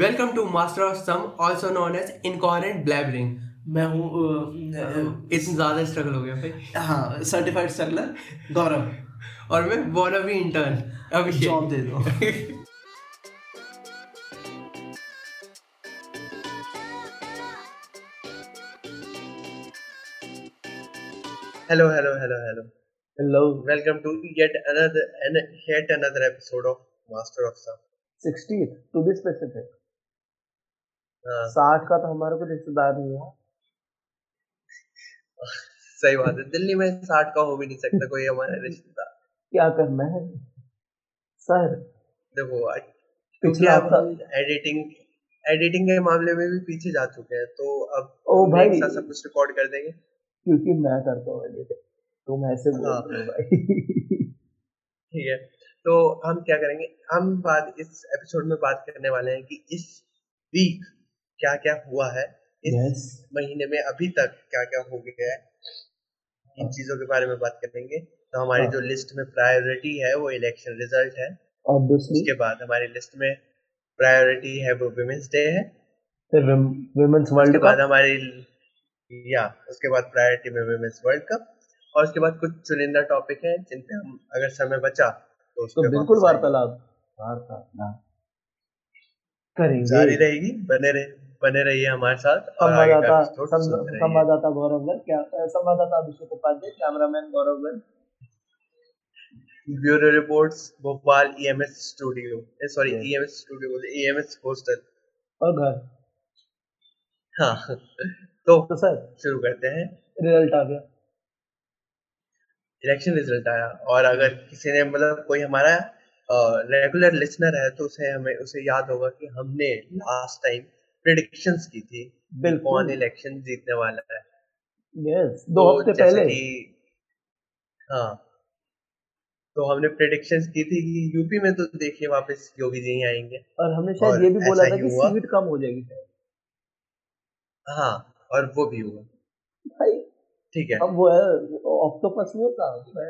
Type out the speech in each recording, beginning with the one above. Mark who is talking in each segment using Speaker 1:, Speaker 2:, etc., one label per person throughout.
Speaker 1: Welcome to Master of Sum, also known as Incoherent Blabbering.
Speaker 2: मैं हूँ अ, अ,
Speaker 1: इतना ज़्यादा स्ट्रगल हो गया भाई
Speaker 2: हाँ सर्टिफाइड स्ट्रगलर गौरव
Speaker 1: और मैं वॉन अभी इंटर्न
Speaker 2: जॉब दे दो
Speaker 3: Hello, hello, hello, hello.
Speaker 2: Hello
Speaker 3: Welcome to yet another an, yet another episode of Master of Some.
Speaker 2: 60 to be specific
Speaker 3: हाँ,
Speaker 2: 60 का तो हमारा कोई रिश्तेदार नहीं है
Speaker 3: सही बात है दिल्ली में साठ का हो भी नहीं सकता कोई हमारा रिश्तेदार
Speaker 2: क्या करना है सर
Speaker 3: देखो आज- क्योंकि
Speaker 2: पिछला
Speaker 3: अब हम एडिटिंग एडिटिंग के मामले में भी पीछे जा चुके हैं तो अब
Speaker 2: ओ
Speaker 3: हम
Speaker 2: भाई।
Speaker 3: एक साथ सब कुछ रिकॉर्ड कर देंगे
Speaker 2: क्योंकि मैं करता हूँ एडिट तुम ऐसे बोल
Speaker 3: हाँ।
Speaker 2: रहे हो भाई
Speaker 3: ठीक है तो हम क्या करेंगे हम बात इस एपिसोड में बात करने वाले हैं कि इस वीक क्या क्या हुआ है इस
Speaker 2: यस
Speaker 3: महीने में अभी तक क्या क्या हो गया है इन चीजों के बारे में बात करेंगे तो हमारी
Speaker 2: हाँ।
Speaker 3: जो लिस्ट में प्रायोरिटी है वो इलेक्शन रिजल्ट है
Speaker 2: ऑब्वियसली
Speaker 3: उसके बाद हमारी लिस्ट में प्रायोरिटी है वो वुमेन्स डे है
Speaker 2: फिर वुमेन्स
Speaker 3: उसके
Speaker 2: वर्ल्ड
Speaker 3: बाद
Speaker 2: कप
Speaker 3: हमारी या उसके बाद प्रायोरिटी में वुमेन्स वर्ल्ड कप और उसके बाद कुछ चुनिंदा टॉपिक है जिन पे हम अगर समय बचा तो उस
Speaker 2: तो
Speaker 3: पे
Speaker 2: बिल्कुल
Speaker 3: वापस आएंगे।
Speaker 2: वार्तालाप वार्तालाप करेंगे
Speaker 3: जारी रहेगी बने रहे बने रहिए हमारे साथ और आगे का
Speaker 2: संवाददाता
Speaker 3: episode
Speaker 2: संव-
Speaker 3: सुनते रहिए।
Speaker 2: संवाददाता गौरव गर्ग क्या अ, संवाददाता Abhishek Upadhyay cameraman Gaurav Garg
Speaker 3: bureau reports Bhopal E EMS studio sorry
Speaker 2: Yes.
Speaker 3: EMS studio बोलते E ईएमएस हॉस्टल
Speaker 2: और घर
Speaker 3: हाँ तो
Speaker 2: तो सर
Speaker 3: शुरू करते हैं
Speaker 2: रिजल्ट आ गया
Speaker 3: इलेक्शन रिजल्ट आया और अगर किसी ने मतलब कोई हमारा रेगुलर लिसनर है तो उसे हमें उसे याद होगा कि हमने लास्ट टाइम प्रिडिक्शंस की थी कि कौन इलेक्शन जीतने वाला है
Speaker 2: यस दो
Speaker 3: तो
Speaker 2: हफ्ते
Speaker 3: जैसे
Speaker 2: पहले
Speaker 3: कि हाँ तो हमने प्रिडिक्शंस की थी कि यूपी में तो देखिए वापस योगी जी ही आएंगे
Speaker 2: और हमने
Speaker 3: और
Speaker 2: शायद ये भी बोला
Speaker 3: ऐसा
Speaker 2: था
Speaker 3: ही
Speaker 2: कि
Speaker 3: हुआ।
Speaker 2: सीट कम हो जाएगी शायद।
Speaker 3: हाँ और वो भी हुआ
Speaker 2: भाई
Speaker 3: ठीक है
Speaker 2: अब वो है ऑक्टोपस नहीं होता उसमें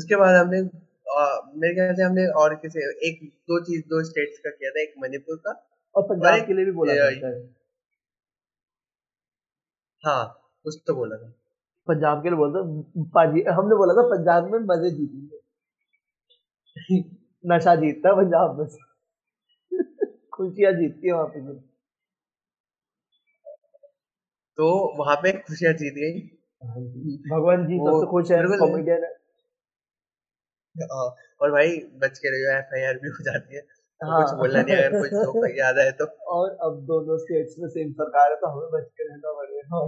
Speaker 3: उसके बाद हमने अ, मेरे ख्याल से हमने और किसी एक दो चीज दो स्टेट्स का किया था एक मणिपुर का
Speaker 2: और पंजाब
Speaker 3: अरे,
Speaker 2: के लिए भी बोला था
Speaker 3: ये-
Speaker 2: शायद।
Speaker 3: हाँ कुछ तो बोला था
Speaker 2: पंजाब के लिए बोला था पाजी हमने बोला था पंजाब में मजे जीतेंगे नशा जीतता है पंजाब में से। खुशियाँ जीतती है वहाँ पे भी।
Speaker 3: तो वहां पे खुशियां जीत गई
Speaker 2: भगवान हाँ जी
Speaker 3: वो-
Speaker 2: सबसे खुश है
Speaker 3: बिल्कुल-
Speaker 2: कॉमेडियन है
Speaker 3: अ, और भाई बच के रहियो एफ आई आर भी हो जाती है तो
Speaker 2: हाँ।
Speaker 3: कुछ बोलना नहीं अगर कुछ लोग को याद आए तो
Speaker 2: और अब दोनों स्टेट्स में सेम सरकार है तो हमें बच के रहना पड़ेगा
Speaker 3: हाँ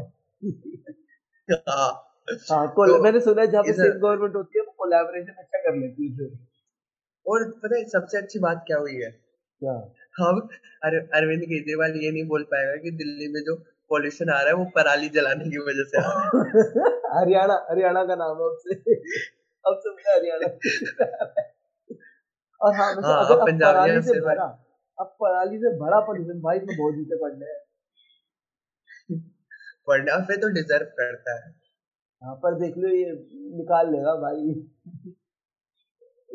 Speaker 2: हाँ कोल
Speaker 3: तो
Speaker 2: मैंने सुना है जहाँ पे
Speaker 3: इधर-
Speaker 2: सेम गवर्नमेंट होती है वो कोलैबोरेशन अच्छा कर लेती है फिर
Speaker 3: और पता है सबसे अच्छी बात क्या हुई है
Speaker 2: क्या
Speaker 3: अब अर, अरविंद केजरीवाल ये नहीं बोल पाएगा कि दिल्ली में जो पॉल्यूशन आ रहा है वो पराली जलाने की वजह से आ रहा है
Speaker 2: हरियाणा हरियाणा का नाम है अब से अब से मुझे हरियाणा और हाँ वैसे
Speaker 3: हाँ,
Speaker 2: अगर
Speaker 3: अब
Speaker 2: अब
Speaker 3: पंजाब में
Speaker 2: पराली
Speaker 3: अब
Speaker 2: से
Speaker 3: से-
Speaker 2: भरा अब पराली से भरा पॉल्यूशन भाई इसमें बहुत चीजें पड़ रहे हैं
Speaker 3: वरना फिर तो डिजर्व करता है
Speaker 2: यहाँ पर देख लो ये निकाल लेगा भाई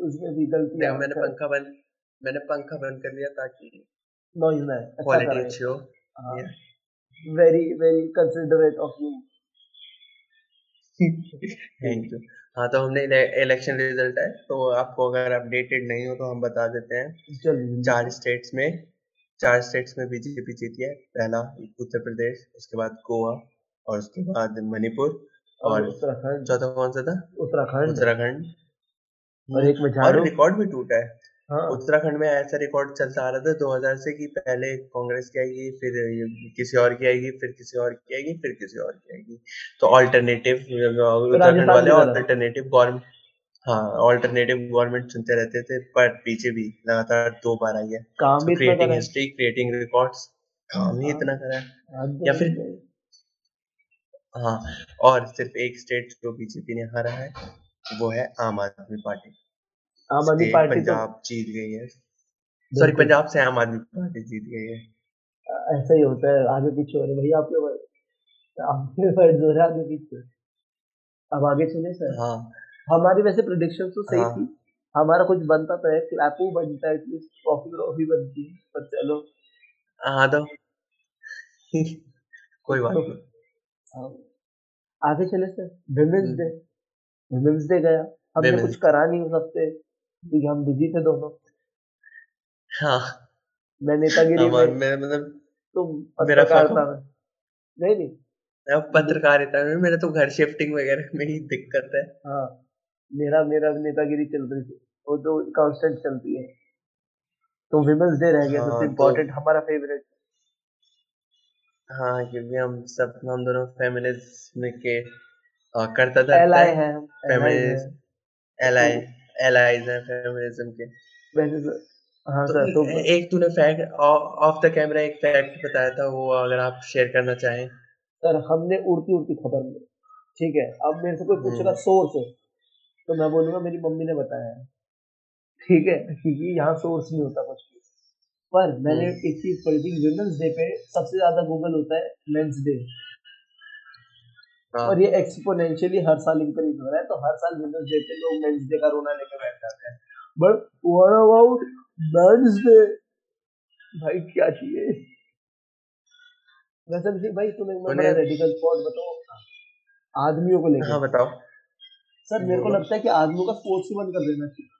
Speaker 2: उसमें भी गलती
Speaker 3: मैं- मैंने पंखा बंद मैंने पंखा बंद कर लिया ताकि
Speaker 2: नॉइज में अच्छा
Speaker 3: क्वालिटी
Speaker 2: करा
Speaker 3: अच्छी हो
Speaker 2: very very considerate of you
Speaker 3: thank you हाँ तो हमने इले- इलेक्शन रिजल्ट है तो आपको अगर अपडेटेड नहीं हो तो हम बता देते हैं
Speaker 2: जल्दी
Speaker 3: चार स्टेट्स में चार स्टेट्स में बीजेपी जीती है पहला उत्तर प्रदेश उसके बाद गोवा और उसके बाद मणिपुर और
Speaker 2: उत्तराखंड
Speaker 3: चौथा कौन सा था
Speaker 2: उत्तराखंड
Speaker 3: उत्तराखंड
Speaker 2: और एक में
Speaker 3: और
Speaker 2: झाड़ू
Speaker 3: रिकॉर्ड भी टूटा है
Speaker 2: हाँ
Speaker 3: उत्तराखंड में ऐसा रिकॉर्ड चलता आ रहा था 2000 से कि पहले कांग्रेस की आएगी फिर ये किसी और की आएगी फिर किसी और की आएगी फिर किसी और की आएगी तो ऑल्टरनेटिव उत्तराखंड वाले
Speaker 2: की तरह।
Speaker 3: ऑल्टरनेटिव गवर्नमेंट हाँ ऑल्टरनेटिव गवर्नमेंट चुनते रहते थे पर बीजेपी लगातार दो बार आई है
Speaker 2: काम भी इतना
Speaker 3: क्रिएटिंग
Speaker 2: करा है।
Speaker 3: हिस्ट्री क्रिएटिंग रिकॉर्ड्स काम ही
Speaker 2: हाँ।
Speaker 3: इतना करा है
Speaker 2: आज
Speaker 3: या
Speaker 2: तो
Speaker 3: फिर- हाँ और सिर्फ एक स्टेट जो बीजेपी ने हारा है वो है आम आदमी पार्टी
Speaker 2: आम आदमी
Speaker 3: State
Speaker 2: पार्टी तो
Speaker 3: पंजाब जीत गई है सॉरी
Speaker 2: बिल्कुल।
Speaker 3: पंजाब से आम आदमी पार्टी जीत गई है
Speaker 2: ऐसा ही होता है आगे पीछे हो रहे भैया आपके वर्ड आपके वर्ड हो रहे आगे पीछे अब आगे चले सर
Speaker 3: हाँ
Speaker 2: हमारी वैसे प्रिडिक्शन तो सही
Speaker 3: हाँ।
Speaker 2: थी हमारा कुछ बनता तो है क्लैपू बनता है एटलीस्ट कॉफी ट्रॉफी बनती है पर चलो
Speaker 3: हाँ तो कोई बात नहीं
Speaker 2: हाँ। आगे चले सर विमेंस
Speaker 3: हम्म।
Speaker 2: डे विमेंस डे गया हमने
Speaker 3: Women's
Speaker 2: कुछ करा नहीं उस हफ्ते क्योंकि हम बिजी थे दोनों
Speaker 3: हाँ
Speaker 2: मैं नेतागिरी
Speaker 3: हमारे
Speaker 2: में
Speaker 3: मेरा मतलब
Speaker 2: तुम
Speaker 3: मेरा
Speaker 2: पत्रकार
Speaker 3: fuck
Speaker 2: था मैं नहीं नहीं
Speaker 3: अब पत्रकारिता में मेरा तो घर शिफ्टिंग वगैरह में ही दिक्कत है
Speaker 2: हाँ मेरा मेरा नेतागिरी चल रही थी वो तो कांस्टेंट चलती है तो विमेंस डे रह गया
Speaker 3: हाँ,
Speaker 2: सबसे
Speaker 3: तो-
Speaker 2: इम्पोर्टेंट हमारा फेवरेट
Speaker 3: हाँ क्योंकि हम सब हम दोनों फेमिनिज्म के अ, करता धरता
Speaker 2: एलआई
Speaker 3: है
Speaker 2: है
Speaker 3: फेमिनिस्ट एलाई एलाइज हैं फेमिनिज्म के
Speaker 2: वैसे तो- हाँ
Speaker 3: तो
Speaker 2: सर तो
Speaker 3: ए- एक तूने फैक्ट ऑफ द कैमरा एक फैक्ट बताया था वो अगर आप शेयर करना चाहें
Speaker 2: सर हमने उड़ती उड़ती खबर ली ठीक है अब मेरे से कोई पूछ रहा
Speaker 3: हम्म।
Speaker 2: सोर्स है तो मैं बोलूंगा मेरी मम्मी ने बताया है ठीक है क्योंकि यहाँ सोर्स नहीं होता कुछ भी पर मैंने
Speaker 3: हम्म।
Speaker 2: एक चीज पढ़ी थी वुमेन्स डे पे सबसे ज्यादा गूगल होता है मेंस डे
Speaker 3: हाँ
Speaker 2: और ये एक्सपोनेंशियली हर साल इंक्रीज हो रहा है तो हर साल वुमेन्स डे पे लोग मेंस डे का रोना लेकर बैठ जाते हैं but what about men's day भाई क्या चाहिए वैसे अभिषेक भाई तुम्हें मैं बड़ा
Speaker 3: उन्हें-
Speaker 2: रेडिकल स्पॉट बताऊं आदमियों को लेकर
Speaker 3: हाँ बताओ
Speaker 2: सर मेरे को
Speaker 3: बोलो।
Speaker 2: लगता है कि आदमियों का स्पोर्ट्स ही बंद कर देना चाहिए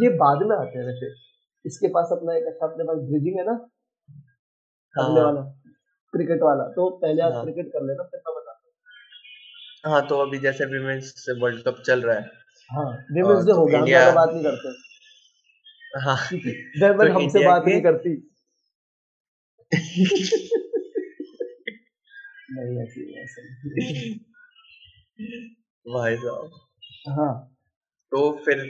Speaker 2: ये बाद में आते हैं वैसे इसके पास अपना एक अच्छा अपने पास ब्रिजिंग है ना अगले
Speaker 3: हाँ
Speaker 2: वाला क्रिकेट वाला तो पहले आप
Speaker 3: हाँ।
Speaker 2: क्रिकेट कर लेना फिर मैं बताता
Speaker 3: हाँ तो अभी जैसे विमेन्स वर्ल्ड कप चल रहा है
Speaker 2: हूँ हाँ विमेंस डे
Speaker 3: तो
Speaker 2: हो गया हम
Speaker 3: इंडिया-
Speaker 2: ज्यादा बात नहीं करते
Speaker 3: हाँ
Speaker 2: जयमन
Speaker 3: तो
Speaker 2: हमसे
Speaker 3: इंडिया
Speaker 2: बात
Speaker 3: के-
Speaker 2: नहीं करती नहीं ऐसी ऐसे नहीं।
Speaker 3: भाई साहब
Speaker 2: हाँ
Speaker 3: तो फिर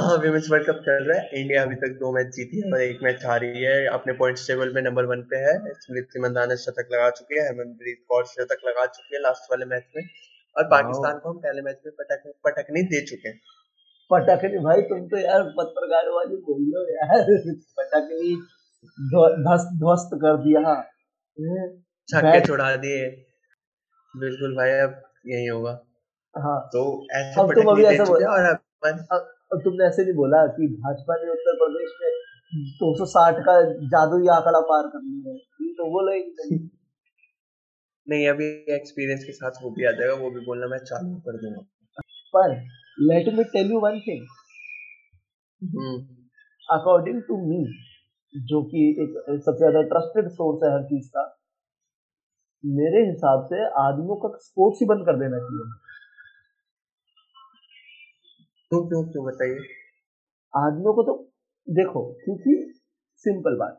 Speaker 3: हाँ विमेंस वर्ल्ड कप चल रहा है इंडिया अभी तक दो मैच जीती है और एक मैच हारी है अपने पॉइंट्स टेबल में नंबर वन पे है स्मृति मंदाना शतक लगा चुकी है हरमनप्रीत कौर शतक लगा चुकी है लास्ट वाले मैच में और पाकिस्तान को हम पहले मैच में पटक पटकनी दे चुके हैं
Speaker 2: पटकनी भाई तुम तो यार पत्रकार वाली बोल लो यार पटकनी ध्व- ध्वस्त ध्वस्त कर दिया हाँ, हैं?
Speaker 3: छक्के
Speaker 2: Back-
Speaker 3: छुड़ा दिए बिल्कुल भाई अब यही होगा
Speaker 2: हाँ
Speaker 3: तो ऐसे
Speaker 2: अब तुम
Speaker 3: पटकनी
Speaker 2: अभी
Speaker 3: दे
Speaker 2: ऐसा
Speaker 3: चुके हैं
Speaker 2: बोल-
Speaker 3: और अपन
Speaker 2: और तुमने ऐसे नहीं बोला कि भाजपा ने उत्तर प्रदेश में 260 का जादुई आंकड़ा पार कर लिया है ये तो बोला ही नहीं।
Speaker 3: नहीं अभी एक्सपीरियंस के साथ वो भी आ जाएगा वो भी बोलना मैं चालू कर दूंगा
Speaker 2: पर let me tell you one thing
Speaker 3: hmm
Speaker 2: according to me जो कि एक सबसे ज्यादा ट्रस्टेड सोर्स है हर चीज का मेरे हिसाब से आदमियों का स्पोर्ट्स ही बंद कर देना चाहिए
Speaker 3: क्यों तो क्यों क्यों बताइए
Speaker 2: आदमियों को तो देखो क्योंकि सिंपल बात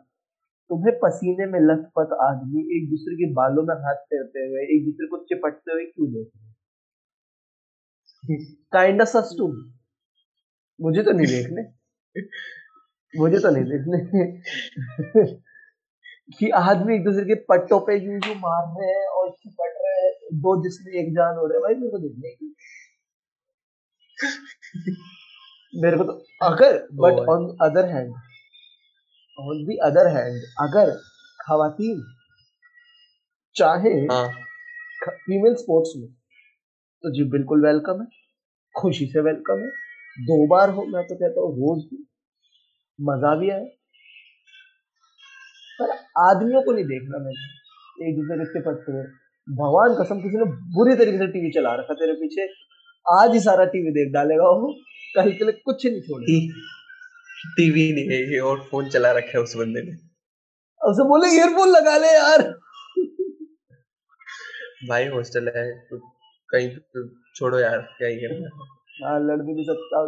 Speaker 2: तुम्हें पसीने में लथपथ आदमी एक दूसरे के बालों में हाथ फेरते हुए एक दूसरे को चिपटते हुए क्यों देखते काइंड ऑफ सस तुम मुझे तो नहीं देखने मुझे तो नहीं देखने कि आदमी एक दूसरे के पट्टों पे यूं यूं मार रहे हैं और चिपट रहे हैं दो जिसमें एक जान हो रहे हैं भाई मेरे को देखने ही नहीं। मेरे को तो अगर बट
Speaker 3: और-
Speaker 2: on other hand on the other hand अगर खातन चाहे
Speaker 3: हाँ
Speaker 2: फीमेल स्पोर्ट्स में तो जी बिल्कुल वेलकम है खुशी से वेलकम है दो बार हो मैं तो कहता हूँ रोज भी मजा भी आए पर आदमियों को नहीं देखना मैंने एक दूसरे के पटते हुए भगवान कसम किसी ने बुरी तरीके से टीवी चला रखा तेरे पीछे आज ही सारा टीवी देख डालेगा वो कल के लिए कुछ नहीं छोड़ेगा
Speaker 3: टीवी नहीं है ये और फोन चला रखा है उस बंदे ने
Speaker 2: उसे बोले ईयरफोन लगा ले यार
Speaker 3: भाई हॉस्टल है तो कहीं तो छोड़ो यार क्या ही करना है।
Speaker 2: हाँ लड़ भी नहीं सकता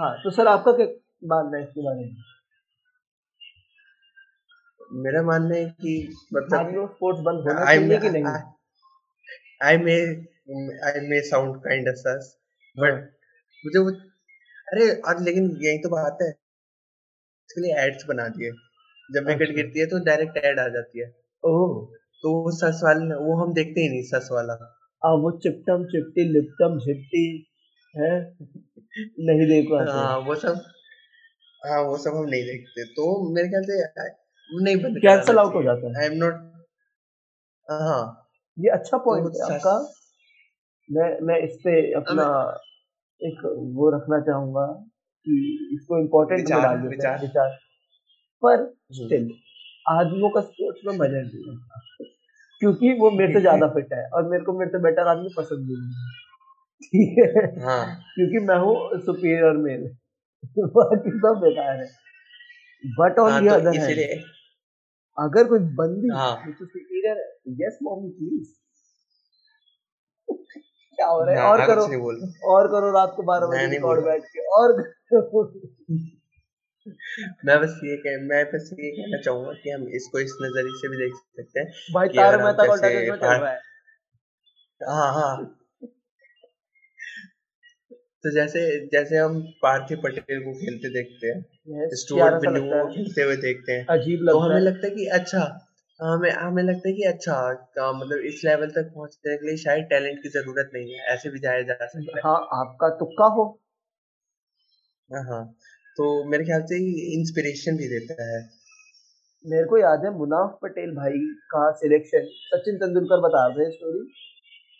Speaker 2: हाँ तो सर आपका क्या मानना है इसके बारे में
Speaker 3: मेरा मानना है कि मतलब
Speaker 2: आदमियों स्पोर्ट्स बंद होना
Speaker 3: आई
Speaker 2: चाहिए कि नहीं
Speaker 3: I may I may sound kind sus but मुझे वो अरे और लेकिन यही तो बात है इसके लिए एड्स बना दिए जब विकेट
Speaker 2: अच्छा।
Speaker 3: गिरती है तो डायरेक्ट एड आ जाती है
Speaker 2: ओह
Speaker 3: तो वो सस वाला वो हम देखते ही नहीं सस वाला
Speaker 2: अब वो चिपटम चिपटी लिपटम झिपटी है नहीं देख पाते
Speaker 3: हाँ वो सब हाँ वो सब हम नहीं देखते तो मेरे ख्याल से आ- नहीं बंद
Speaker 2: कैंसल आउट हो जाता है
Speaker 3: आई एम नॉट हाँ
Speaker 2: ये अच्छा
Speaker 3: तो
Speaker 2: पॉइंट है
Speaker 3: सस-
Speaker 2: आपका मैं मैं इस पे अपना एक वो रखना चाहूंगा कि इसको इम्पोर्टेंट में
Speaker 3: विचार-
Speaker 2: डाल देते हैं
Speaker 3: विचार।
Speaker 2: विचार हम्म। पर
Speaker 1: जी
Speaker 2: स्टिल आदमियों का स्पोर्ट्स में मजा नहीं होता क्योंकि वो मेरे से ज्यादा फिट है और मेरे को मेरे से बेटर आदमी पसंद भी नहीं है। ठीक है
Speaker 3: हाँ
Speaker 2: क्योंकि मैं हूँ सुपीरियर मेल बाकी सब बेकार है बट ऑन
Speaker 3: हाँ
Speaker 2: दी
Speaker 3: तो
Speaker 2: अदर हैंड
Speaker 3: इसीलिए
Speaker 2: अगर कोई बंदी
Speaker 3: हाँ।
Speaker 2: which is superior है यस मॉमी प्लीज क्या हो रहा है
Speaker 3: हाँ,
Speaker 2: और
Speaker 3: हाँ, कुछ
Speaker 2: करो
Speaker 3: नहीं बोल रहा।
Speaker 2: और करो रात को बारह
Speaker 3: मैं
Speaker 2: बजे
Speaker 3: नहीं
Speaker 2: रिकॉर्ड
Speaker 3: बोल रहा।
Speaker 2: बैठ के और करो।
Speaker 3: मैं बस ये कह मैं बस ये कहना चाहूंगा कि हम इसको इस नजरिए से भी देख सकते हैं
Speaker 2: भाई
Speaker 3: कि
Speaker 2: तारक
Speaker 3: अगर हम
Speaker 2: मेहता का उल्टा
Speaker 3: जैसे
Speaker 2: चश्मा चल
Speaker 3: बाहर-
Speaker 2: रहा है
Speaker 3: हाँ हाँ तो जैसे जैसे हम पार्थिव पटेल को खेलते देखते हैं
Speaker 2: Yes, प्यारा
Speaker 3: स्टुअर्ट
Speaker 2: सा
Speaker 3: बिन्नू
Speaker 2: लगता
Speaker 3: को
Speaker 2: है
Speaker 3: खेलते हुए देखते हैं
Speaker 2: अजीब
Speaker 3: तो
Speaker 2: लगता
Speaker 3: हमें
Speaker 2: है
Speaker 3: लगता है कि अच्छा हमें हमें लगता है कि अच्छा का मतलब इस लेवल तक पहुंचने के लिए शायद टैलेंट की जरूरत नहीं है ऐसे भी जाया जा सकता
Speaker 2: हाँ आपका तुक्का हो
Speaker 3: है हाँ तो मेरे ख्याल से इंस्पिरेशन भी देता है
Speaker 2: मेरे को याद है मुनाफ पटेल भाई का सिलेक्शन सचिन तेंदुलकर बता रहे हैं स्टोरी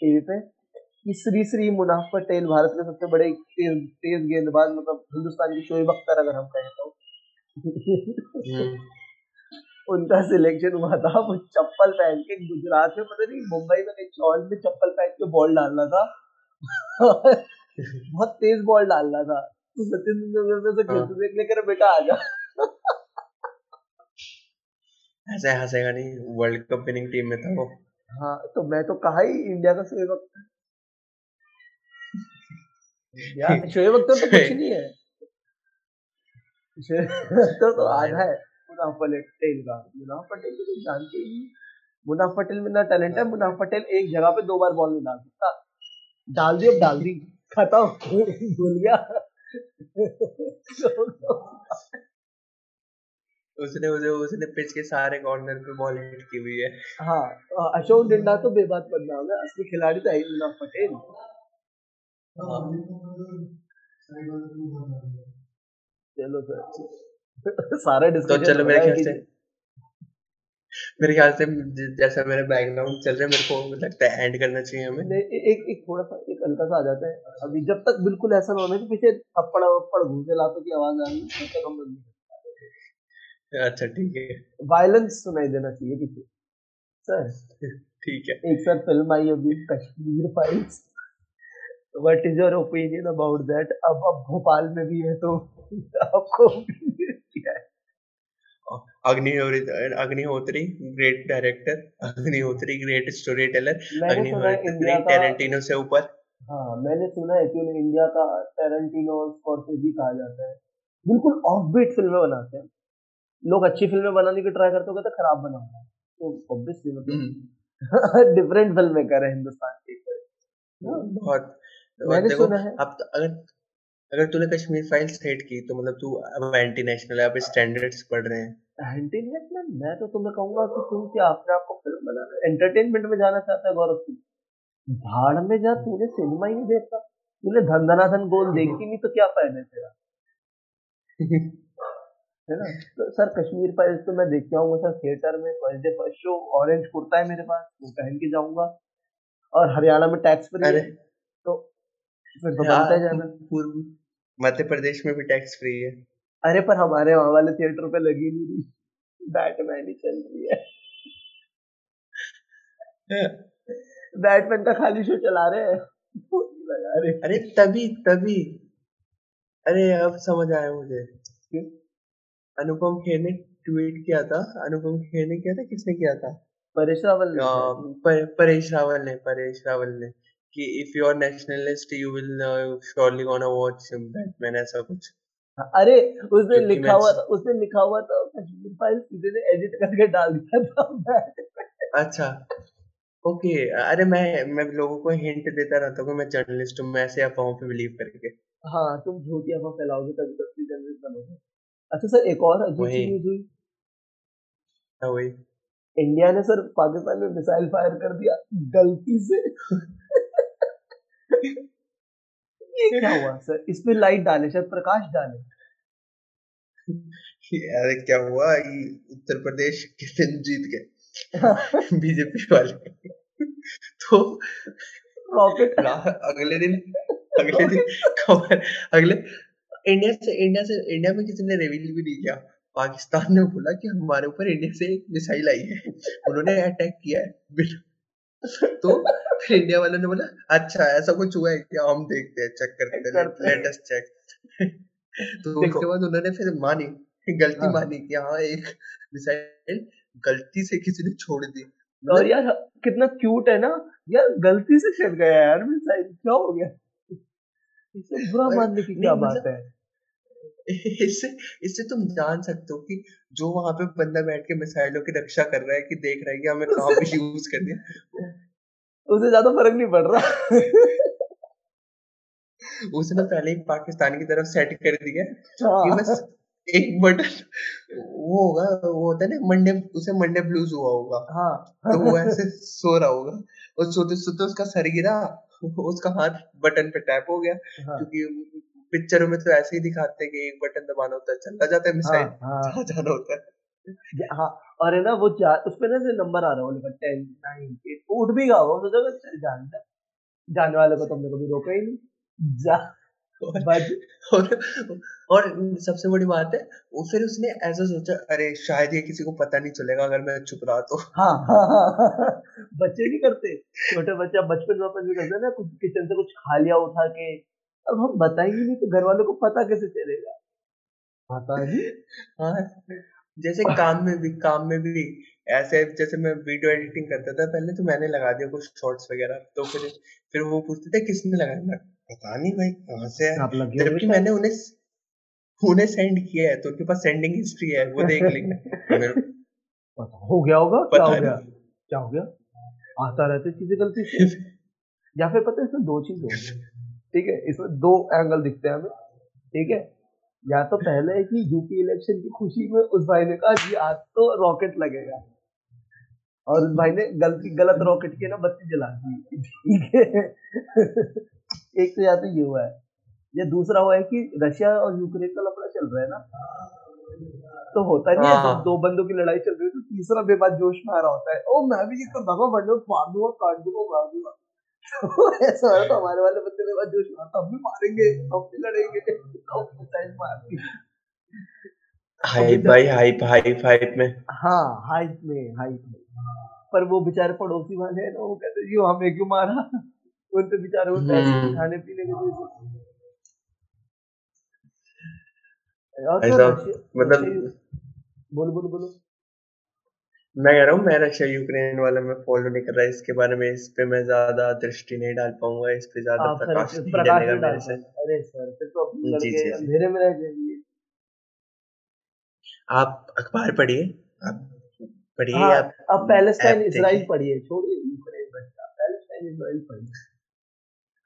Speaker 2: टीवी पे कि श्री श्री मुनाफ पटेल भारत के सबसे बड़े तेज तेज गेंदबाज मतलब हिंदुस्तान की शोएब अख्तर अगर हम कहें तो
Speaker 3: हम्म,
Speaker 2: उनका सिलेक्शन हुआ था वो चप्पल पहन के गुजरात में पता नहीं मुंबई में कहीं शॉल में चप्पल पहन के बॉल डालना था बहुत तेज बॉल डालना था तो सचिन तेंदुलकर ने उसे खेलते देख लेकर बेटा आ जा
Speaker 3: ऐसे हंसेगा नहीं वर्ल्ड कप विनिंग टीम में था वो
Speaker 2: हाँ तो मैं तो कहा ही इंडिया का शोएब अख्तर यार शोएब अख्तर तो कुछ नहीं है शोएब अख्तर तो आधा है मुनाफ पटेल का मुनाफ पटेल को तो जानते ही नहीं। मुनाफ पटेल में ना टैलेंट है मुनाफ पटेल एक जगह पे दो बार बॉल नहीं डाल सकता डाल दी अब डाल दी खत्म भूल गया
Speaker 3: उसने उसने उसने पिच के सारे कॉर्नर पे बॉल हिट की हुई है
Speaker 2: हाँ अशोक डिंडा तो बेबात बंदा हो गया असली खिलाड़ी तो है ही मुनाफ पटेल
Speaker 3: हाँ।
Speaker 2: चलो सर सारा
Speaker 3: तो
Speaker 2: डिस्कशन
Speaker 3: चलो मेरे ख्याल से मेरे ख्याल से ज- जैसा मेरा बैकग्राउंड चल रहा है मेरे को लगता है एंड करना चाहिए हमें
Speaker 2: नहीं, ए- एक एक थोड़ा सा एक हल्का सा आ जाता है अभी जब तक बिल्कुल ऐसा ना हो ना कि पीछे थप्पड़ वप्पड़ घूसे लातों की आवाज आ रही है तब तक हम बंद नहीं
Speaker 3: अच्छा ठीक है
Speaker 2: करते। वायलेंस सुनाई देना चाहिए पीछे सर
Speaker 3: ठीक है
Speaker 2: एक सर फिल्म आई अभी Kashmir files what is your opinion about that अब अब भोपाल में भी है तो आपको opinion क्या है
Speaker 3: Agnihotri Agnihotri great director Agnihotri great storyteller
Speaker 2: मैंने सुना है
Speaker 3: अग्निहोत्री
Speaker 2: इंडिया का
Speaker 3: टेरेंटिनो से ऊपर
Speaker 2: हाँ मैंने सुना है कि उन्हें इंडिया का टेरेंटिनो और स्कॉर्सेजी कहा जाता है बिल्कुल ऑफ बीट फिल्में बनाते हैं लोग अच्छी फिल्में बनाने की ट्राई करते हो कहते हैं, खराब बनाऊंगा तो ऑब्वियसली
Speaker 3: हम्म,
Speaker 2: मतलब डिफरेंट फिल्म मेकर है हिंदुस्तान के
Speaker 3: बहुत और
Speaker 2: मैंने
Speaker 3: देखो
Speaker 2: सुना है
Speaker 3: अब तो अगर अगर तूने कश्मीर फाइल्स हिट की तो मतलब तू अब एंटी नेशनल है अब स्टैंडर्ड्स बढ़ रहे हैं
Speaker 2: एंटरटेनमेंट में मैं तो तुम्हें कहूंगा कि तुम क्या अपने आप को फिल्म बना रहे हो एंटरटेनमेंट में जाना चाहता है गौरव सिंह भाड़ में जा तूने सिनेमा ही नहीं देखा तूने धंधनाथन गोल देखी नहीं तो क्या फायदा है तेरा है ना तो सर कश्मीर फाइल्स तो मैं देख के आऊंगा सर थिएटर में first first show orange kurta है मेरे पास वो पहन के जाऊंगा और हरियाणा में टैक्स फ्री है
Speaker 3: अरे
Speaker 2: तो फिर तो बनता
Speaker 3: यार,
Speaker 2: ही जाना
Speaker 3: पूर्व मध्य प्रदेश में भी टैक्स फ्री है
Speaker 2: अरे पर हमारे वहां वाले थिएटर पे लगी नहीं रही बैटमैन ही चल रही है बैटमैन का खाली शो चला रहे हैं वो नहीं लगा रहे
Speaker 3: अरे तभी तभी अरे अब समझ आया मुझे
Speaker 2: क्यों?
Speaker 3: अनुपम खेर ने ट्वीट किया था अनुपम खेर ने किया था किसने किया था
Speaker 2: परेश रावल ने
Speaker 3: अ, पर, परेश रावल ने परेश रावल ने कि if you are nationalist you will surely gonna watch Batman ऐसा कुछ
Speaker 2: अरे उसने
Speaker 3: क्योंकि
Speaker 2: लिखा
Speaker 3: मैं-
Speaker 2: हुआ था उसने लिखा हुआ था कश्मीर फाइल सीधे ने एडिट करके डाल दिया था
Speaker 3: अच्छा ओके अरे मैं मैं लोगों को हिंट देता रहता हूँ कि मैं जर्नलिस्ट हूँ मैं ऐसे अफवाहों पे बिलीव करके
Speaker 2: हाँ तुम झूठी अफवाह फैलाओगे तभी तो असली जर्नलिस्ट बनोगे अच्छा सर एक और अजीब
Speaker 3: वही
Speaker 2: सी न्यूज हुई
Speaker 3: हाँ, वही
Speaker 2: इंडिया ने सर पाकिस्तान में मिसाइल फायर कर दिया गलती से ये क्या हुआ सर इसमें लाइट डाले शायद प्रकाश डाले
Speaker 3: अरे क्या हुआ ये उत्तर प्रदेश किस दिन जीत गए बीजेपी वाले तो
Speaker 2: रॉकेट
Speaker 3: रा- अगले दिन अगले दिन खबर अगले इंडिया से इंडिया से इंडिया में किसी ने रिवील भी नहीं किया पाकिस्तान ने बोला कि हमारे ऊपर इंडिया से एक मिसाइल आई है उन्होंने अटैक किया है बिल- तो फिर इंडिया वालों ने बोला अच्छा ऐसा कुछ हुआ है क्या हम देखते हैं चेक करते हैं
Speaker 2: करते हैं।
Speaker 3: लेट अस चेक तो
Speaker 2: देखो।
Speaker 3: उसके बाद उन्होंने फिर मानी गलती
Speaker 2: हाँ।
Speaker 3: मानी कि हाँ एक मिसाइल गलती से किसी ने छोड़ दी
Speaker 2: और यार कितना क्यूट है ना यार गलती से छिड़ गया यार मिसाइल क्या हो गया इससे बुरा
Speaker 3: और-
Speaker 2: मानने की
Speaker 3: नहीं,
Speaker 2: क्या
Speaker 3: मतलब-
Speaker 2: बात है
Speaker 3: इससे इससे तुम जान सकते हो कि जो वहां पे बंदा बैठ के मिसाइलों की रक्षा कर रहा है कि देख रहा है कि हमें कहाँ पे यूज करनी है
Speaker 2: उसे ज्यादा फर्क नहीं पड़ रहा
Speaker 3: उसने पहले ही पाकिस्तान की तरफ सेट कर दिया है कि
Speaker 2: हाँ,
Speaker 3: बस एक बटन वो होगा वो होता है ना मंडे उसे मंडे ब्लूज हुआ होगा
Speaker 2: हाँ
Speaker 3: तो वो ऐसे सो रहा होगा और सोते सोते उसका सर गिरा उसका हाथ बटन पे टैप हो गया
Speaker 2: हाँ
Speaker 3: क्योंकि पिक्चरों में तो ऐसे ही दिखाते हैं कि एक बटन दबाना होता है चला जाता है
Speaker 2: हाँ
Speaker 3: मिसाइल जहाँ
Speaker 2: हाँ
Speaker 3: जाना होता है
Speaker 2: हाँ और है ना वो चार उसमें ना से नंबर आ रहा हो लेकिन टेन नाइन एट उठ भी गया वो सोचा कि चल जान दे। जाने वाले को तुमने कभी रोका ही नहीं जा
Speaker 3: और
Speaker 2: बज
Speaker 3: और और सबसे बड़ी बात है वो फिर उसने ऐसा सोचा अरे शायद ये किसी को पता नहीं चलेगा अगर मैं चुप रहा तो
Speaker 2: हाँ हाँ हाँ, हाँ, बच्चे नहीं करते छोटे बच्चा बचपन में अपन भी करते हैं ना कुछ किचन से कुछ खा लिया उठा के अब हम बताएंगे नहीं तो घर वालों को पता कैसे चलेगा पता नहीं
Speaker 3: हाँ जैसे काम में भी काम में भी ऐसे जैसे मैं वीडियो एडिटिंग करता था पहले तो मैंने लगा दिया कुछ शॉर्ट्स वगैरह तो फिर फिर वो पूछते थे किसने लगाया मैं, पता नहीं भाई कहाँ से है
Speaker 2: आप लगे हुए
Speaker 3: जबकि
Speaker 2: थे।
Speaker 3: मैंने उन्हें उन्हें सेंड किया है तो उनके पास सेंडिंग हिस्ट्री है वो देख लेंगे मेरे को
Speaker 2: पता हो गया होगा क्या
Speaker 3: पता
Speaker 2: हो गया
Speaker 3: नहीं
Speaker 2: क्या हो गया आता रहते चीजें गलती से या फिर पता है इसमें दो चीज होगी ठीक है इसमें दो एंगल दिखते हैं हमें ठीक है या तो पहले है कि यूपी इलेक्शन की खुशी में उस भाई ने कहा जी आज तो रॉकेट लगेगा और उस भाई ने गलती गलत रॉकेट के ना बत्ती जला दी ठीक है एक तो या तो ये हुआ है या दूसरा हुआ है कि रशिया और यूक्रेन का लफड़ा चल रहा है ना तो होता नहीं है
Speaker 3: हाँ।
Speaker 2: जब दो बंदों की लड़ाई चल रही है तो तीसरा बेबाद जोश में आ रहा होता है ओ मैं भी तो जीत कर भागा बंदे को मार दूंगा काट दूंगा मार दूंगा तो ऐसा हो रहा था हमारे वाले बंदे बेबाद जोश में आ रहा था, हाँ, तो हम भी मारेंगे हम भी लड़ेंगे तो हम भी टाइम मारेंगे
Speaker 3: हाइप भाई हाइप हाइप हाइप में
Speaker 2: हाँ हाइट में हाइट में पर वो बेचारे पड़ोसी वाले हैं ना वो कहते हैं, यो हमें क्यों मारा उन पे बेचारे को पैसे
Speaker 3: हम्म।
Speaker 2: खाने पीने के पैसे और
Speaker 3: भाई
Speaker 2: तो
Speaker 3: साहब,
Speaker 2: रशिया-
Speaker 3: मतलब
Speaker 2: रशिया- बोलो बोलो बोलो
Speaker 3: मैं कह रहा हूँ मैं रशिया यूक्रेन वाला मैं फॉलो नहीं कर रहा इसके बारे में इस पे मैं ज्यादा दृष्टि नहीं डाल पाऊंगा इस पे ज्यादा
Speaker 2: आप
Speaker 3: प्रकाश
Speaker 2: सर
Speaker 3: नहीं
Speaker 2: प्रकाश
Speaker 3: डलेगा
Speaker 2: में
Speaker 3: मेरे
Speaker 2: डाल
Speaker 3: से
Speaker 2: अरे सर फिर तो अपने
Speaker 3: जी,
Speaker 2: लड़के
Speaker 3: जी, जी।
Speaker 2: अंधेरे में रह जाएंगे
Speaker 3: आप अखबार पढ़िए आप पढ़िए
Speaker 2: हाँ
Speaker 3: आप
Speaker 2: अब पैलेस्टाइन
Speaker 3: ऐप
Speaker 2: इसराइल
Speaker 3: देखिए।
Speaker 2: पढ़िए छोड़िए यूक्रेन रशिया पैलेस्टाइन इसराइल पढ़िए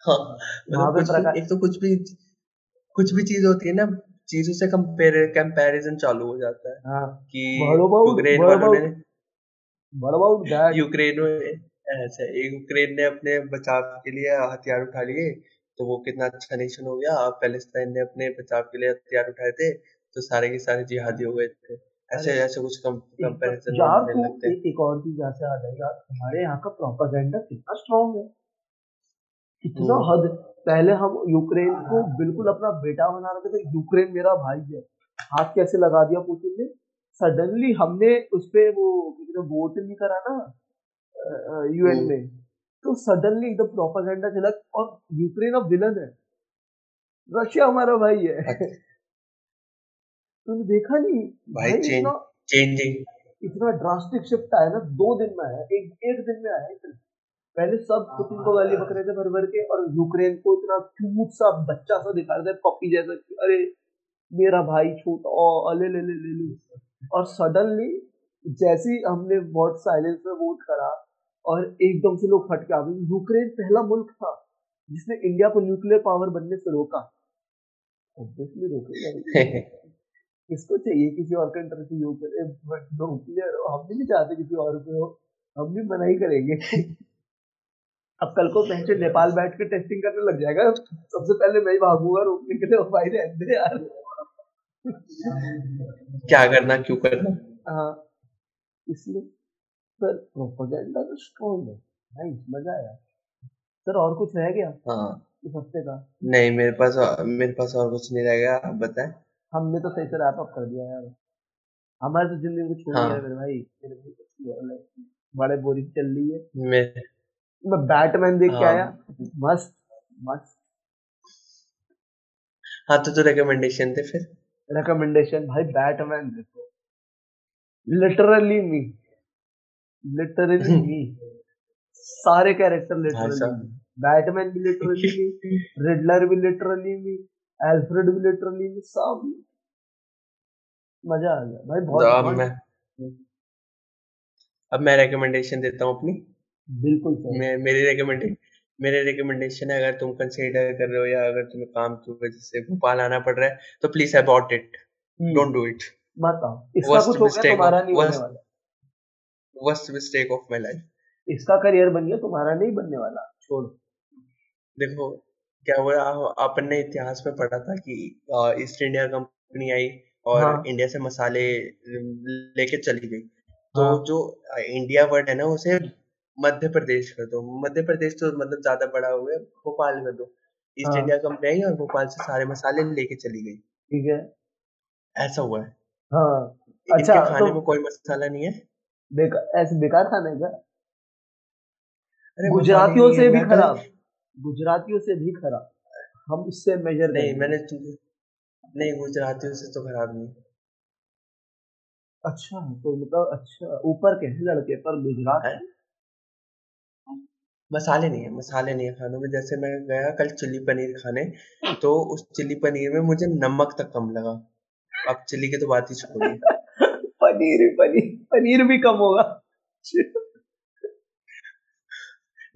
Speaker 3: हाँ
Speaker 2: वहाँ
Speaker 3: मतलब
Speaker 2: पे
Speaker 3: कुछ
Speaker 2: प्रकाश
Speaker 3: भी एक तो कुछ भी कुछ भी चीज होती है ना चीजों से कंपेयर कंपैरिजन चालू हो जाता है
Speaker 2: हाँ
Speaker 3: कि
Speaker 2: What about-
Speaker 3: यूक्रेन
Speaker 2: what
Speaker 3: वालों
Speaker 2: about-
Speaker 3: ने
Speaker 2: what about that
Speaker 3: यूक्रेन में अच्छा यूक्रेन ने अपने बचाव के लिए हथियार उठा लिए तो वो कितना अच्छा नेशन हो गया और पैलेस्टाइन ने अपने बचाव के लिए हथियार उठाए थे तो सारे के सारे जिहादी हो गए थे ऐसे
Speaker 2: अरे,
Speaker 3: ऐसे कुछ कंपैरिजन
Speaker 2: यार
Speaker 3: होने
Speaker 2: तू
Speaker 3: लगते हैं
Speaker 2: एक, एक और चीज यहाँ से आ जाएगा हमारे यहाँ का प्रोपागेंडा कितना स्ट्रांग है कितना
Speaker 3: हम्म। हाँ।
Speaker 2: हद पहले हम यूक्रेन को बिल्कुल अपना बेटा बना रहे थे कि यूक्रेन मेरा भाई है हाथ कैसे लगा दिया पुतिन ने सडनली हमने उस पे वो वोट नहीं करा ना यूएन
Speaker 3: हम्म।
Speaker 2: में तो सडनली एकदम प्रोपागेंडा चला और यूक्रेन अब विलन है रशिया हमारा भाई है
Speaker 3: अच्छा,
Speaker 2: तूने देखा नहीं
Speaker 3: भाई
Speaker 2: भाई
Speaker 3: चेंज
Speaker 2: इतना
Speaker 3: चेंजिंग
Speaker 2: इतना ड्रास्टिक शिफ्ट आया ना दो दिन में आया एक एक दिन में आया इतना पहले सब पुतिन को गाली बक रहे थे भर भर के और यूक्रेन को इतना क्यूट सा बच्चा सा दिखा रहे थे पपी जैसा कि अरे मेरा भाई छोटा ओ अले ले ले ले ले और सडनली जैसे ही हमने वोट साइलेंस में वोट करा और एकदम से लोग फटके आ गए यूक्रेन पहला मुल्क था जिसने इंडिया को न्यूक्लियर पावर बनने से रोका ऑब्वियसली रोकेगा किसको चाहिए किसी और कंट्री से यूक्रेन न्यूक्लियर हम भी नहीं चाहते किसी और पे हो हम भी मना ही करेंगे अब कल को पहले नेपाल बैठ के टेस्टिंग करने लग जाएगा सबसे पहले मैं ही भागूंगा रोकने के लिए और भाई रहने दे यार
Speaker 3: क्या करना क्यों करना
Speaker 2: हाँ इसलिए सर प्रोपोगेंडा तो स्ट्रॉन्ग है नाइस मजा आया सर और कुछ रह गया
Speaker 3: हाँ
Speaker 2: इस हफ्ते का
Speaker 3: नहीं मेरे पास और- मेरे पास और कुछ नहीं रहेगा आप बताएं
Speaker 2: हमने तो सही से रैप अप कर दिया यार हमारे तो जिंदगी में कुछ हो
Speaker 3: हाँ।
Speaker 2: नहीं रहा मेरे भाई मेरे भाई कुछ हो रहा है। बड़े बोरिंग चल रही है
Speaker 3: मैं
Speaker 2: मैं बैटमैन देख के
Speaker 3: हाँ।
Speaker 2: आया मस्त मस्त
Speaker 3: हाँ तो तो रिकमेंडेशन थे फिर
Speaker 2: रिकमेंडेशन भाई बैटमैन देखो लिटरली मी लिटरली मी सारे कैरेक्टर लिटरली
Speaker 3: साहब।
Speaker 2: बैटमैन भी लिटरली मी रिडलर भी लिटरली मी एल्फ्रेड भी लिटरली मी सब मजा आ गया भाई
Speaker 3: तो
Speaker 2: बहुत
Speaker 3: अब मैं
Speaker 2: बहुत-
Speaker 3: अब मैं रिकमेंडेशन देता हूँ अपनी
Speaker 2: बिल्कुल सही
Speaker 3: मैं मेरी रिकमेंडेड मेरे रिकमेंडेशन है अगर तुम कंसीडर कर रहे हो या अगर तुम्हें काम की वजह से भोपाल आना पड़ रहा है तो please about it don't
Speaker 2: hmm,
Speaker 3: do it
Speaker 2: मत आओ इसका
Speaker 3: worst
Speaker 2: कुछ हो गया
Speaker 3: mistake
Speaker 2: तुम्हारा
Speaker 3: of-
Speaker 2: नहीं होने
Speaker 3: worst-
Speaker 2: वाला
Speaker 3: worst mistake of my life
Speaker 2: इसका करियर बन गया तुम्हारा नहीं बनने वाला छोड़
Speaker 3: देखो क्या हुआ आ- अपन ने इतिहास में पढ़ा था कि आ, ईस्ट इंडिया कंपनी आई और
Speaker 2: हाँ
Speaker 3: इंडिया से मसाले ल- लेके चली गई तो
Speaker 2: हाँ
Speaker 3: जो आ, इंडिया वर्ड है ना उसे मध्य प्रदेश कर दो मध्य प्रदेश तो मतलब ज्यादा बड़ा हो गया भोपाल कर दो ईस्ट
Speaker 2: हाँ
Speaker 3: इंडिया कंपनी आई और भोपाल से सारे मसाले लेके चली गई
Speaker 2: ठीक है
Speaker 3: ऐसा हुआ है
Speaker 2: हाँ अच्छा
Speaker 3: इनके
Speaker 2: तो
Speaker 3: खाने में कोई मसाला नहीं है
Speaker 2: बेकार ऐसे बेकार खाना है क्या
Speaker 3: अरे मसाले
Speaker 2: गुजरातियों
Speaker 3: नहीं है
Speaker 2: से भी
Speaker 3: मैं तो
Speaker 2: खराब गुजरातियों से भी खराब हम उससे मेजर
Speaker 3: नहीं
Speaker 2: करेंगे
Speaker 3: मैंने तुझे- नहीं गुजरातियों से तो खराब नहीं
Speaker 2: अच्छा तो मतलब अच्छा ऊपर के हैं लड़के पर गुजरात
Speaker 3: है मसाले नहीं है मसाले नहीं है खानों में जैसे मैं गया कल चिली पनीर खाने तो उस चिली पनीर में मुझे नमक तक कम लगा अब चिली की तो बात ही छोड़िए
Speaker 2: पनीर भी पनीर पनीर भी कम होगा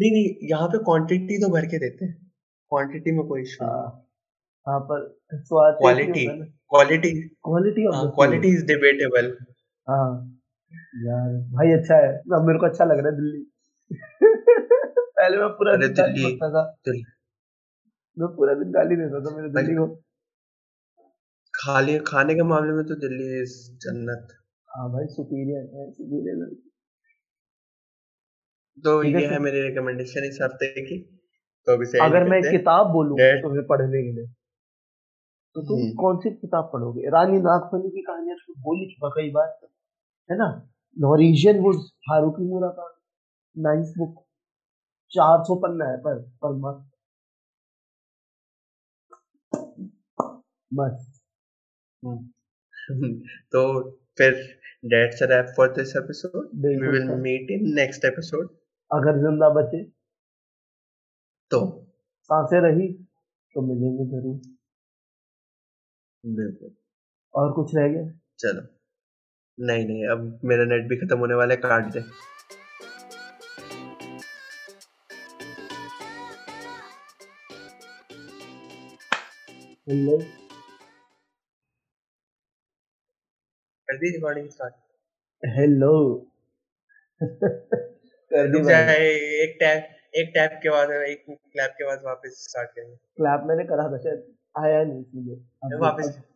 Speaker 3: नहीं नहीं यहाँ पे क्वांटिटी तो भर के देते हैं क्वांटिटी में कोई इशू नहीं
Speaker 2: हाँ हाँ, पर स्वाद टेस्ट नहीं
Speaker 3: क्वालिटी
Speaker 2: होता ना
Speaker 3: क्वालिटी
Speaker 2: क्वालिटी ऑफ
Speaker 3: हाँ
Speaker 2: the food
Speaker 3: quality is debatable
Speaker 2: हाँ यार भाई अच्छा है अब मेरे को अच्छा लग रहा है दिल्ली पहले मैं पूरा
Speaker 3: अरे
Speaker 2: दिन गाली
Speaker 3: दिल्ली
Speaker 2: बकता था
Speaker 3: दिल्ली
Speaker 2: मैं पूरा दिन गाली देता था मेरे
Speaker 3: भाई
Speaker 2: दिल्ली को
Speaker 3: खाली खाने के मामले में तो दिल्ली इज जन्नत
Speaker 2: हाँ भाई सुपीरियर है सुपीरियर
Speaker 3: तो
Speaker 2: ठीक है
Speaker 3: ये है
Speaker 2: सर
Speaker 3: मेरी रिकमेंडेशन इस हफ्ते की तो अब इसे
Speaker 2: अगर
Speaker 3: एंड
Speaker 2: मैं
Speaker 3: करते हैं
Speaker 2: किताब बोलूं
Speaker 3: That-
Speaker 2: तुम्हें पढ़ने के लिए तो तुम
Speaker 3: हम्म,
Speaker 2: कौन सी किताब पढ़ोगे रानी नागफनी की तो कहानियां तुम बोल ही चुका कई बार है ना Norwegian woods Haruki मुराकावा nice book चार सौ पन्ना है पर पर मस्त मस्त
Speaker 3: हम्म। तो फिर that's a wrap for this episode. We
Speaker 2: बिल्कुल
Speaker 3: will
Speaker 2: sir
Speaker 3: meet in next episode.
Speaker 2: अगर जिंदा बचे
Speaker 3: तो
Speaker 2: सांसें रही तो मिलेंगे जरूर
Speaker 3: बिल्कुल
Speaker 2: और कुछ रह गया
Speaker 3: चलो नहीं नहीं अब मेरा नेट भी खत्म होने वाला है काट दे
Speaker 2: सुन लो
Speaker 3: कर दी रिकॉर्डिंग स्टार्ट
Speaker 2: हेलो कर दी
Speaker 3: रुक
Speaker 2: भाई
Speaker 3: जाए एक टैप एक टैप के बाद एक क्लैप के बाद वापस स्टार्ट करेंगे
Speaker 2: क्लैप मैंने करा था शायद आया नहीं इसलिए अब
Speaker 3: वापस
Speaker 2: अब